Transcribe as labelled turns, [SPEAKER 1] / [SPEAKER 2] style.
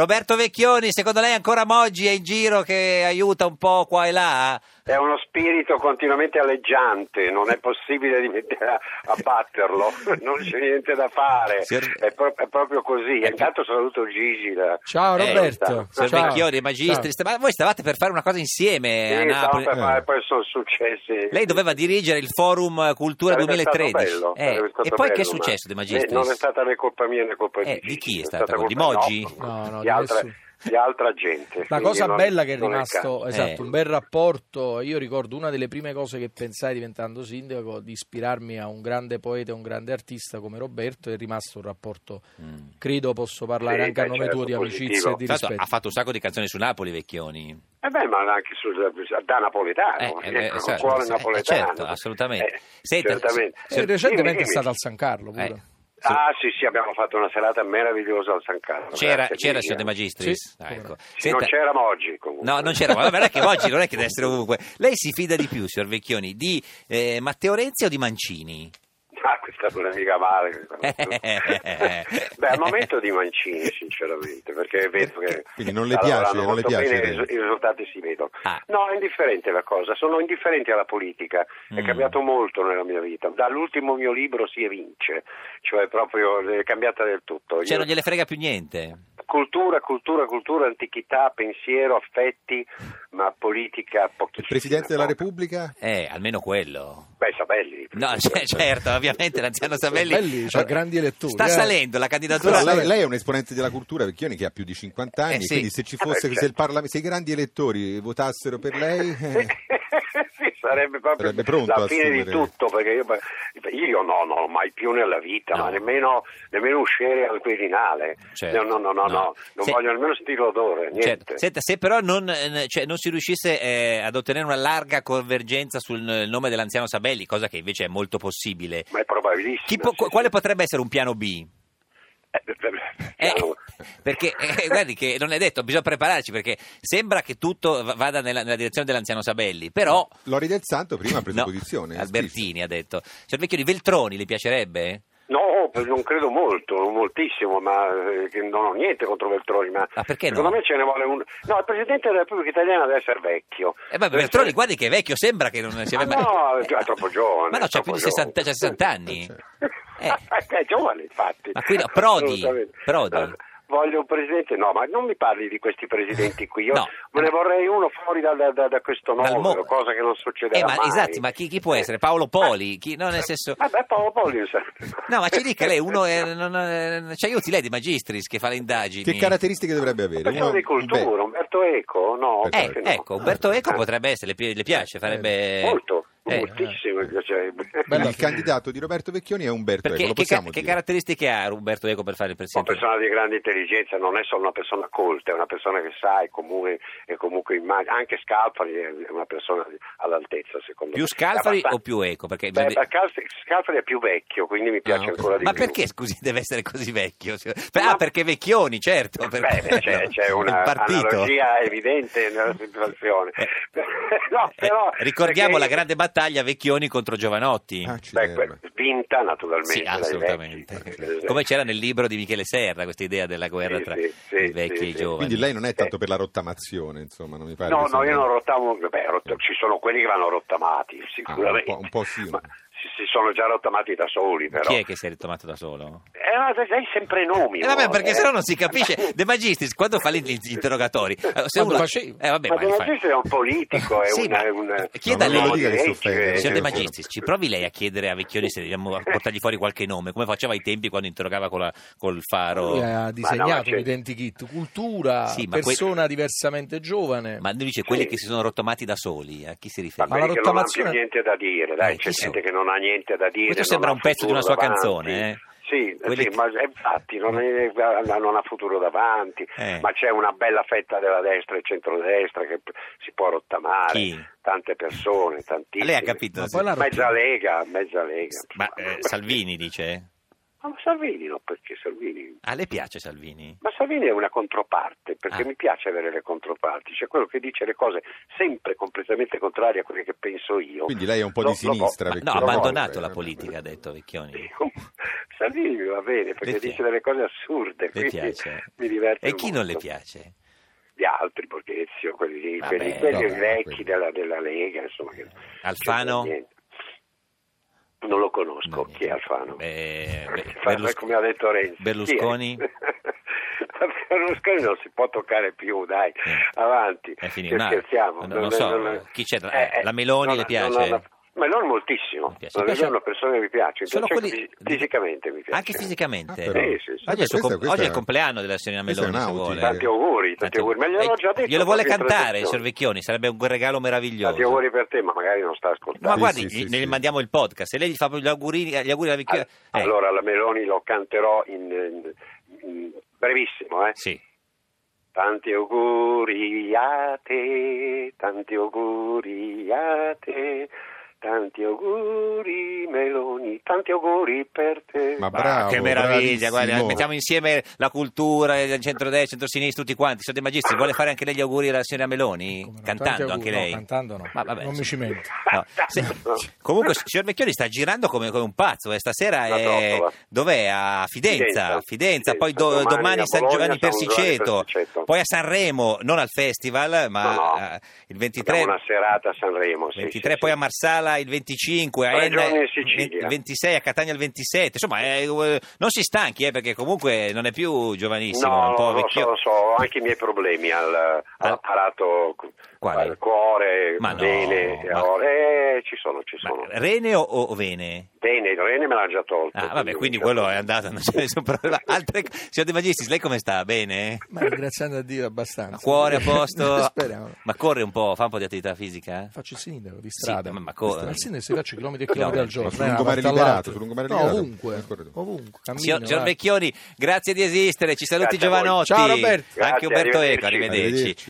[SPEAKER 1] Roberto Vecchioni, secondo lei ancora Moggi è in giro che aiuta un po' qua e là?
[SPEAKER 2] È uno spirito continuamente alleggiante, non è possibile abbatterlo, non c'è niente da fare,
[SPEAKER 1] Signor-
[SPEAKER 2] è, pro- è proprio così. E Intanto saluto Gigi. da-
[SPEAKER 3] Ciao
[SPEAKER 1] Eh,
[SPEAKER 3] Roberto.
[SPEAKER 1] Signor
[SPEAKER 3] Ciao.
[SPEAKER 1] Vecchioni, magistri, sta- ma voi stavate per fare una cosa insieme a
[SPEAKER 2] Sì, stavo
[SPEAKER 1] Napoli. eh.
[SPEAKER 2] per fare, poi sono successi.
[SPEAKER 1] Lei doveva dirigere il forum Cultura
[SPEAKER 2] Sarebbe stato
[SPEAKER 1] 2013.
[SPEAKER 2] bello,
[SPEAKER 1] Eh,
[SPEAKER 2] sarebbe
[SPEAKER 1] e
[SPEAKER 2] stato
[SPEAKER 1] poi che è
[SPEAKER 2] bello, ma-
[SPEAKER 1] successo De
[SPEAKER 2] Eh,
[SPEAKER 1] Magistris?
[SPEAKER 2] non è stata né colpa mia né colpa
[SPEAKER 1] Eh,
[SPEAKER 2] di
[SPEAKER 1] di chi è
[SPEAKER 2] Gigi,
[SPEAKER 1] stata colpa? Di
[SPEAKER 2] colpa-
[SPEAKER 1] Moggi?
[SPEAKER 3] No, no,
[SPEAKER 2] di,
[SPEAKER 3] di
[SPEAKER 2] altra,
[SPEAKER 3] nessuno.
[SPEAKER 2] di altra gente.
[SPEAKER 3] La
[SPEAKER 2] quindi
[SPEAKER 3] cosa
[SPEAKER 2] non-
[SPEAKER 3] bella che è
[SPEAKER 2] non il
[SPEAKER 3] rimasto,
[SPEAKER 2] caso.
[SPEAKER 3] esatto,
[SPEAKER 1] Eh.
[SPEAKER 3] un bel rapporto. Io ricordo una delle prime cose che pensai diventando sindaco, di ispirarmi a un grande poeta e un grande artista come Roberto, è rimasto un rapporto,
[SPEAKER 1] Mm.
[SPEAKER 3] credo posso parlare
[SPEAKER 2] Sì,
[SPEAKER 3] anche a
[SPEAKER 2] beh,
[SPEAKER 3] nome
[SPEAKER 2] certo,
[SPEAKER 3] tuo, di amicizia
[SPEAKER 2] positivo.
[SPEAKER 3] e di
[SPEAKER 1] Tra l'altro
[SPEAKER 3] rispetto.
[SPEAKER 1] ha fatto un sacco di canzoni su Napoli, Vecchioni.
[SPEAKER 2] Eh beh, ma anche sul, da napoletano,
[SPEAKER 1] Eh, eh, beh,
[SPEAKER 2] ecco,
[SPEAKER 1] certo,
[SPEAKER 2] cuore
[SPEAKER 1] eh,
[SPEAKER 2] napoletano.
[SPEAKER 1] certo, assolutamente.
[SPEAKER 2] Eh,
[SPEAKER 1] Senta,
[SPEAKER 2] certamente.
[SPEAKER 1] se-
[SPEAKER 3] E
[SPEAKER 1] se-
[SPEAKER 3] Eh, recentemente
[SPEAKER 2] Dimmi,
[SPEAKER 3] è
[SPEAKER 2] dimmi.
[SPEAKER 3] stato al San Carlo pure.
[SPEAKER 1] Eh.
[SPEAKER 2] Ah sì sì, abbiamo fatto una serata meravigliosa al San Carlo.
[SPEAKER 1] C'era,
[SPEAKER 2] grazie,
[SPEAKER 1] c'era
[SPEAKER 2] Gigi.
[SPEAKER 1] signor De Magistris?
[SPEAKER 3] Sì.
[SPEAKER 1] Ah, ecco.
[SPEAKER 2] Sì, eh. Non
[SPEAKER 1] Senta-
[SPEAKER 2] c'era oggi comunque.
[SPEAKER 1] No, non c'era, ma non è che oggi non è che deve essere ovunque. Lei si fida di più, signor Vecchioni, di eh, Matteo Renzi o di Mancini?
[SPEAKER 2] Ah, questa non è mica male. questa non- Beh, al momento di Mancini, sinceramente, perché vedo che...
[SPEAKER 4] Eh, Quindi non le
[SPEAKER 2] sta
[SPEAKER 4] piace,
[SPEAKER 2] lavorando
[SPEAKER 4] non le
[SPEAKER 2] molto
[SPEAKER 4] piace,
[SPEAKER 2] bene,
[SPEAKER 4] Renzi.
[SPEAKER 2] i, i risultati si vedono.
[SPEAKER 1] Ah.
[SPEAKER 2] No, è indifferente la cosa, sono indifferente alla politica. È
[SPEAKER 1] Mm.
[SPEAKER 2] cambiato molto nella mia vita. Dall'ultimo mio libro si evince, cioè proprio è cambiata del tutto.
[SPEAKER 1] Cioè
[SPEAKER 2] Io-
[SPEAKER 1] non gliele frega più niente.
[SPEAKER 2] Cultura, cultura, cultura, antichità, pensiero, affetti, ma politica pochissimo.
[SPEAKER 4] Presidente della Repubblica?
[SPEAKER 1] Eh, almeno quello.
[SPEAKER 2] Beh, Sabelli.
[SPEAKER 1] No, cioè, certo, ovviamente l'anziano Sabelli
[SPEAKER 3] Sabelli c'ha grandi elettori,
[SPEAKER 1] Sta
[SPEAKER 3] eh.
[SPEAKER 1] salendo la candidatura.
[SPEAKER 4] Però lei, lei è un esponente della cultura Vecchioni che ha più di 50 anni,
[SPEAKER 1] Eh, sì.
[SPEAKER 4] quindi se, ci
[SPEAKER 2] beh,
[SPEAKER 4] fosse,
[SPEAKER 2] certo.
[SPEAKER 4] se, il Parla- se i grandi elettori votassero per lei... eh,
[SPEAKER 2] sì, sarebbe proprio
[SPEAKER 4] Sarebbe pronto
[SPEAKER 2] la
[SPEAKER 4] a
[SPEAKER 2] fine di
[SPEAKER 4] assumere.
[SPEAKER 2] tutto perché io, io no, no, mai più nella vita,
[SPEAKER 1] No.
[SPEAKER 2] ma nemmeno, nemmeno uscire al Quirinale.
[SPEAKER 1] Certo.
[SPEAKER 2] No, no, no, no,
[SPEAKER 1] No.
[SPEAKER 2] no, non
[SPEAKER 1] Se-
[SPEAKER 2] voglio nemmeno sentire l'odore, niente.
[SPEAKER 1] Certo. Senta, se però non, eh, cioè, non si riuscisse eh, ad ottenere una larga convergenza sul eh, nome dell'anziano Sabelli, cosa che invece è molto possibile,
[SPEAKER 2] Ma è probabilissimo.
[SPEAKER 1] chi po-
[SPEAKER 2] sì, sì.
[SPEAKER 1] quale potrebbe essere un piano B?
[SPEAKER 2] Eh, beh, beh, beh,
[SPEAKER 1] Eh,
[SPEAKER 2] chiaro.
[SPEAKER 1] perché eh, guardi che non è detto, bisogna prepararci perché sembra che tutto va- vada nella, nella direzione dell'anziano Sabelli, però
[SPEAKER 4] Lori del Santo prima ha preso
[SPEAKER 1] No,
[SPEAKER 4] posizione.
[SPEAKER 1] Albertini ha detto. Signor Vecchio di Veltroni le piacerebbe? Eh,
[SPEAKER 2] No, non credo molto, non moltissimo, ma eh, che non ho niente contro Veltroni, ma
[SPEAKER 1] Ah, perché no?
[SPEAKER 2] secondo me ce ne vuole uno. No, il Presidente della Repubblica Italiana deve essere vecchio.
[SPEAKER 1] Eh, ma
[SPEAKER 2] Deve
[SPEAKER 1] Veltroni,
[SPEAKER 2] essere-
[SPEAKER 1] guardi che è vecchio, sembra che non sia
[SPEAKER 2] Ah, no, è troppo giovane,
[SPEAKER 1] Ma no, c'ha
[SPEAKER 2] troppo
[SPEAKER 1] più di
[SPEAKER 2] giovane. certo.
[SPEAKER 1] 60, c'ha 60 anni. Eh.
[SPEAKER 2] è giovane, infatti.
[SPEAKER 1] Ma qui no, Prodi,
[SPEAKER 2] Assolutamente.
[SPEAKER 1] Prodi.
[SPEAKER 2] No, Voglio un presidente, no, ma non mi parli di questi presidenti qui. Io
[SPEAKER 1] No.
[SPEAKER 2] me ne vorrei uno fuori da, da- da- da questo
[SPEAKER 1] Dal
[SPEAKER 2] numero,
[SPEAKER 1] mo-
[SPEAKER 2] cosa che non succederà.
[SPEAKER 1] Eh, ma
[SPEAKER 2] mai.
[SPEAKER 1] esatto, ma chi, chi può
[SPEAKER 2] Eh.
[SPEAKER 1] essere? Paolo Poli? Chi, no, nel senso...
[SPEAKER 2] Vabbè, Paolo Poli. lo sarebbe.
[SPEAKER 1] No, ma ci dica lei, uno è- non- eh, ci aiuti lei di Magistris che fa le indagini.
[SPEAKER 4] Che caratteristiche dovrebbe avere?
[SPEAKER 2] Persone di cultura,
[SPEAKER 4] beh,
[SPEAKER 2] Umberto Eco, no?
[SPEAKER 4] Eh,
[SPEAKER 1] Eh,
[SPEAKER 2] perché no?
[SPEAKER 1] ecco, Umberto Eco
[SPEAKER 2] Eh,
[SPEAKER 1] potrebbe essere, le, pi- le piace, farebbe...
[SPEAKER 2] Molto,
[SPEAKER 1] Eh,
[SPEAKER 2] moltissimo mi piacerebbe.
[SPEAKER 3] Bella
[SPEAKER 4] il candidato di Roberto Vecchioni è Umberto
[SPEAKER 1] Perché
[SPEAKER 4] Eco, lo
[SPEAKER 1] che, ca-
[SPEAKER 4] possiamo
[SPEAKER 1] che
[SPEAKER 4] dire.
[SPEAKER 1] caratteristiche ha Roberto Eco per fare il
[SPEAKER 2] Una
[SPEAKER 1] presidente?
[SPEAKER 2] persona di grande intelligenza non è solo una persona colta, è una persona che sa e comunque, e comunque immag- anche Scalfari è una persona di- all'altezza secondo
[SPEAKER 1] Più
[SPEAKER 2] me.
[SPEAKER 1] Scalfari
[SPEAKER 2] Abbastanza-
[SPEAKER 1] o più Eco? Perché
[SPEAKER 2] Beh,
[SPEAKER 1] bisogna-
[SPEAKER 2] ma Cal- Scalfari è più vecchio, quindi mi piace
[SPEAKER 4] Ah, ok.
[SPEAKER 2] ancora di
[SPEAKER 1] Ma
[SPEAKER 2] più.
[SPEAKER 1] perché, scusi, deve essere così vecchio? Cioè,
[SPEAKER 2] Ma-
[SPEAKER 1] Ah, perché Vecchioni, certo. per
[SPEAKER 2] Beh, beh, c'è,
[SPEAKER 1] quello.
[SPEAKER 2] c'è
[SPEAKER 1] Il
[SPEAKER 2] una
[SPEAKER 1] partito.
[SPEAKER 2] analogia evidente nella situazione.
[SPEAKER 1] Eh,
[SPEAKER 2] No, però-
[SPEAKER 1] eh, ricordiamo la
[SPEAKER 2] perché-
[SPEAKER 1] grande battaglia Vecchioni contro Giovanotti.
[SPEAKER 4] Ah,
[SPEAKER 2] Beh,
[SPEAKER 4] accidenti.
[SPEAKER 2] que- vinta naturalmente.
[SPEAKER 1] Sì,
[SPEAKER 2] dai
[SPEAKER 1] assolutamente.
[SPEAKER 2] vecchi, dai vecchi.
[SPEAKER 1] Come c'era nel libro di Michele Serra, questa idea della guerra
[SPEAKER 2] Sì,
[SPEAKER 1] tra
[SPEAKER 2] sì, sì,
[SPEAKER 1] i vecchi
[SPEAKER 2] sì,
[SPEAKER 1] e i
[SPEAKER 2] sì.
[SPEAKER 1] giovani.
[SPEAKER 4] Quindi lei non è tanto per la rottamazione, insomma, non mi pare.
[SPEAKER 2] No,
[SPEAKER 4] che
[SPEAKER 2] no,
[SPEAKER 4] sia-
[SPEAKER 2] io non rottavo, beh,
[SPEAKER 1] Eh.
[SPEAKER 2] rott- ci sono quelli che vanno
[SPEAKER 1] Ah,
[SPEAKER 2] rottamati, sicuramente.
[SPEAKER 4] Ah, un po'- un po' sì.
[SPEAKER 2] Ma si, si sono già rottamati da soli, però.
[SPEAKER 1] Chi è che si è ritomato da solo?
[SPEAKER 2] Eh, ma sei sempre nomi.
[SPEAKER 1] Eh vabbè,
[SPEAKER 2] vuole,
[SPEAKER 1] perché
[SPEAKER 2] eh.
[SPEAKER 1] sennò non si capisce. De Magistris, quando fa gli gli interrogatori? allora, se
[SPEAKER 3] Quando
[SPEAKER 1] uno-
[SPEAKER 3] facevi.
[SPEAKER 1] Eh, vabbè,
[SPEAKER 2] Ma
[SPEAKER 1] ma
[SPEAKER 2] De
[SPEAKER 1] li fa-
[SPEAKER 2] Magistris è un politico, è
[SPEAKER 1] Sì,
[SPEAKER 2] un-
[SPEAKER 1] ma- eh,
[SPEAKER 2] è un...
[SPEAKER 1] chieda
[SPEAKER 2] un
[SPEAKER 1] lei-
[SPEAKER 2] uomo
[SPEAKER 1] Non
[SPEAKER 4] lo dica
[SPEAKER 2] di
[SPEAKER 4] che si
[SPEAKER 2] legge,
[SPEAKER 4] offende,
[SPEAKER 2] eh,
[SPEAKER 1] Signor De
[SPEAKER 4] Eh,
[SPEAKER 1] Magistris, ci provi lei a chiedere a Vecchioni se dobbiamo portargli fuori qualche nome, come faceva ai tempi quando interrogava con la- col
[SPEAKER 3] Lui
[SPEAKER 4] eh.
[SPEAKER 1] faro.
[SPEAKER 3] ha
[SPEAKER 2] Ma no,
[SPEAKER 3] disegnato
[SPEAKER 2] c'è-
[SPEAKER 3] un identikit, cultura,
[SPEAKER 1] Sì, ma que-
[SPEAKER 3] persona diversamente giovane.
[SPEAKER 1] Ma lui dice quelli
[SPEAKER 2] Sì.
[SPEAKER 1] che si sono rottomati da soli, a chi si
[SPEAKER 2] Ma
[SPEAKER 1] riferisce?
[SPEAKER 3] la
[SPEAKER 2] quelli che non ha più
[SPEAKER 3] rottamazione-
[SPEAKER 2] niente da dire, dai,
[SPEAKER 1] Eh, chi
[SPEAKER 2] c'è
[SPEAKER 1] sono?
[SPEAKER 2] gente che non ha niente da dire.
[SPEAKER 1] Questo
[SPEAKER 2] non
[SPEAKER 1] sembra
[SPEAKER 2] ha
[SPEAKER 1] un pezzo di
[SPEAKER 2] futuro
[SPEAKER 1] una sua
[SPEAKER 2] davanti.
[SPEAKER 1] canzone, eh?
[SPEAKER 2] Sì,
[SPEAKER 1] Quelli
[SPEAKER 2] sì,
[SPEAKER 1] che-
[SPEAKER 2] ma eh, infatti non, è- eh, non ha futuro davanti,
[SPEAKER 1] Eh.
[SPEAKER 2] ma c'è una bella fetta della destra e centrodestra che p- si può rottamare,
[SPEAKER 1] Chi?
[SPEAKER 2] tante persone, tantissime.
[SPEAKER 1] Lei ha capito?
[SPEAKER 3] Ma poi la-
[SPEAKER 2] Mezza lega, mezza lega.
[SPEAKER 1] Ma eh, Salvini dice?
[SPEAKER 2] Ah, ma Salvini no, perché Salvini?
[SPEAKER 1] Ah, le piace Salvini?
[SPEAKER 2] Ma Salvini è una controparte, perché
[SPEAKER 1] Ah.
[SPEAKER 2] mi piace avere le controparti, cioè quello che dice le cose sempre completamente contrarie a quelle che penso io.
[SPEAKER 4] Quindi lei è un po'
[SPEAKER 2] Lo-
[SPEAKER 4] di
[SPEAKER 2] lo-
[SPEAKER 4] sinistra.
[SPEAKER 2] ma-
[SPEAKER 1] No, ha
[SPEAKER 4] Vecchioni.
[SPEAKER 1] abbandonato la
[SPEAKER 4] Eh,
[SPEAKER 1] politica, ha detto Vecchioni.
[SPEAKER 2] Salvini mi va bene perché
[SPEAKER 1] Le pia-
[SPEAKER 2] dice delle cose assurde,
[SPEAKER 1] Le
[SPEAKER 2] quindi
[SPEAKER 1] piace?
[SPEAKER 2] mi diverte
[SPEAKER 1] E chi non le
[SPEAKER 2] molto.
[SPEAKER 1] piace?
[SPEAKER 2] Gli altri, Borghezio, quelli, lì,
[SPEAKER 1] Vabbè,
[SPEAKER 2] quelli, quelli
[SPEAKER 4] vabbè,
[SPEAKER 2] vecchi
[SPEAKER 4] quelli.
[SPEAKER 2] della, della Lega, insomma. che-
[SPEAKER 1] Alfano?
[SPEAKER 2] che- niente. Non lo
[SPEAKER 1] No,
[SPEAKER 2] conosco,
[SPEAKER 1] niente.
[SPEAKER 2] chi è Alfano?
[SPEAKER 1] Beh, beh,
[SPEAKER 2] Alfano,
[SPEAKER 1] Berlus-
[SPEAKER 2] come ha detto Renzi.
[SPEAKER 1] Berlusconi?
[SPEAKER 2] Chi è? Berlusconi non si può toccare più, dai,
[SPEAKER 1] Niente.
[SPEAKER 2] avanti.
[SPEAKER 1] Eh. È finito.
[SPEAKER 2] Che
[SPEAKER 1] No,
[SPEAKER 2] scherziamo.
[SPEAKER 1] non- non so, chi c'è tra- la Meloni le piace?
[SPEAKER 2] Eh, non- ma non moltissimo,
[SPEAKER 1] Mi piace.
[SPEAKER 2] non
[SPEAKER 1] Mi piace-
[SPEAKER 2] è una persona che mi piace, mi
[SPEAKER 1] Sono
[SPEAKER 2] piace anche
[SPEAKER 1] quelli-
[SPEAKER 2] fisi- fisicamente mi piace.
[SPEAKER 1] Anche fisicamente?
[SPEAKER 4] Ah, però.
[SPEAKER 2] Sì, sì, sì.
[SPEAKER 1] Oggi, è il suo
[SPEAKER 4] Questa-
[SPEAKER 1] com-
[SPEAKER 4] questa-
[SPEAKER 1] oggi è il compleanno della signorina
[SPEAKER 4] questa è
[SPEAKER 1] Meloni, se
[SPEAKER 4] un
[SPEAKER 1] vuole.
[SPEAKER 4] outing.
[SPEAKER 2] Tanti auguri, tanti, auguri, ma gliel'ho
[SPEAKER 1] Eh,
[SPEAKER 2] già detto.
[SPEAKER 1] Glielo vuole
[SPEAKER 2] proprio in
[SPEAKER 1] cantare,
[SPEAKER 2] trasmissione.
[SPEAKER 1] signor Vecchioni, sarebbe un regalo meraviglioso.
[SPEAKER 2] Tanti auguri per te, ma magari non sta ascoltando.
[SPEAKER 1] No, ma
[SPEAKER 4] Sì,
[SPEAKER 1] guardi,
[SPEAKER 4] sì, sì,
[SPEAKER 1] gli- ne
[SPEAKER 4] sì.
[SPEAKER 1] mandiamo il podcast e lei gli fa proprio gli auguri, gli auguri alla Eh, Vecchioni.
[SPEAKER 2] Al- Allora la Meloni lo canterò in, in- in- brevissimo, eh.
[SPEAKER 1] sì.
[SPEAKER 2] Tanti auguri a te, tanti auguri a te, tanti auguri Meloni, tanti auguri per te.
[SPEAKER 4] Ma
[SPEAKER 1] Ah,
[SPEAKER 4] bravo,
[SPEAKER 1] che meraviglia, guarda,
[SPEAKER 4] bravissimo.
[SPEAKER 1] mettiamo insieme la cultura, il centrodestra, il centrosinistra, tutti quanti. Sono dei magistri, vuole fare anche lei gli auguri alla signora Meloni?
[SPEAKER 3] Come no, tanti
[SPEAKER 1] cantando
[SPEAKER 3] auguri.
[SPEAKER 1] anche
[SPEAKER 3] No,
[SPEAKER 1] lei?
[SPEAKER 3] cantando no.
[SPEAKER 1] Ma vabbè,
[SPEAKER 3] Non mi ci metto.
[SPEAKER 1] No, se- comunque, signor Vecchioni sta girando come, come un pazzo. eh, Stasera
[SPEAKER 2] La
[SPEAKER 1] è,
[SPEAKER 2] trottola.
[SPEAKER 1] dov'è? A Fidenza,
[SPEAKER 2] Fidenza,
[SPEAKER 1] Fidenza, poi do-
[SPEAKER 2] Fidenza.
[SPEAKER 1] domani,
[SPEAKER 2] Domani a
[SPEAKER 1] San
[SPEAKER 2] Bologna,
[SPEAKER 1] Giovanni
[SPEAKER 2] San Giovanni
[SPEAKER 1] Persiceto,
[SPEAKER 2] Persiceto.
[SPEAKER 1] poi a Sanremo, non al festival, ma
[SPEAKER 2] No, no.
[SPEAKER 1] eh, il
[SPEAKER 2] Abbiamo
[SPEAKER 1] 23.
[SPEAKER 2] una serata a Sanremo, sì,
[SPEAKER 1] 23,
[SPEAKER 2] sì,
[SPEAKER 1] poi
[SPEAKER 2] sì.
[SPEAKER 1] a Marsala il 25, a
[SPEAKER 2] Tre
[SPEAKER 1] Enna
[SPEAKER 2] giorni in Sicilia.
[SPEAKER 1] il 26, a Catania il 27. Insomma, è- eh, non si stanchi eh, perché comunque non è più giovanissimo, è
[SPEAKER 2] No,
[SPEAKER 1] un po'
[SPEAKER 2] lo
[SPEAKER 1] vecchio.
[SPEAKER 2] so, lo so, ho anche i miei problemi al, all'apparato,
[SPEAKER 1] Quale?
[SPEAKER 2] al cuore,
[SPEAKER 1] Ma no,
[SPEAKER 2] bene,
[SPEAKER 1] ma-
[SPEAKER 2] eh, ci sono, ci
[SPEAKER 1] Ma
[SPEAKER 2] sono.
[SPEAKER 1] Rene o, o Vene?
[SPEAKER 2] Bene, il rene me l'ha già tolto.
[SPEAKER 1] Ah, vabbè, quindi quello è andato, non c'è nessun problema. Altre... Signor De Magistris, lei come sta? Bene?
[SPEAKER 3] Ma ringraziando a Dio abbastanza.
[SPEAKER 1] A cuore a posto?
[SPEAKER 3] Speriamo.
[SPEAKER 1] Ma corre un po', fa un po' di attività fisica? eh?
[SPEAKER 3] Faccio il sindaco di
[SPEAKER 1] Sì,
[SPEAKER 3] strada.
[SPEAKER 1] ma- ma co-
[SPEAKER 3] Al sindaco si faccio chilometri e chilometri al giorno.
[SPEAKER 4] Ma sul
[SPEAKER 3] eh,
[SPEAKER 4] lungomare
[SPEAKER 3] una volta
[SPEAKER 4] liberato,
[SPEAKER 3] all'altra.
[SPEAKER 4] sul lungomare
[SPEAKER 3] No,
[SPEAKER 4] liberato.
[SPEAKER 3] ovunque,
[SPEAKER 4] Nel corridoio.
[SPEAKER 3] ovunque. Cammino,
[SPEAKER 1] Signor, signor
[SPEAKER 3] vai.
[SPEAKER 1] Vecchioni, grazie di esistere, ci saluti
[SPEAKER 2] Grazie a voi.
[SPEAKER 1] Giovanotti,
[SPEAKER 3] Ciao, Roberto.
[SPEAKER 1] anche
[SPEAKER 2] Grazie,
[SPEAKER 1] Umberto Eco,
[SPEAKER 2] arrivederci.
[SPEAKER 1] arrivederci.
[SPEAKER 4] Arrivederci.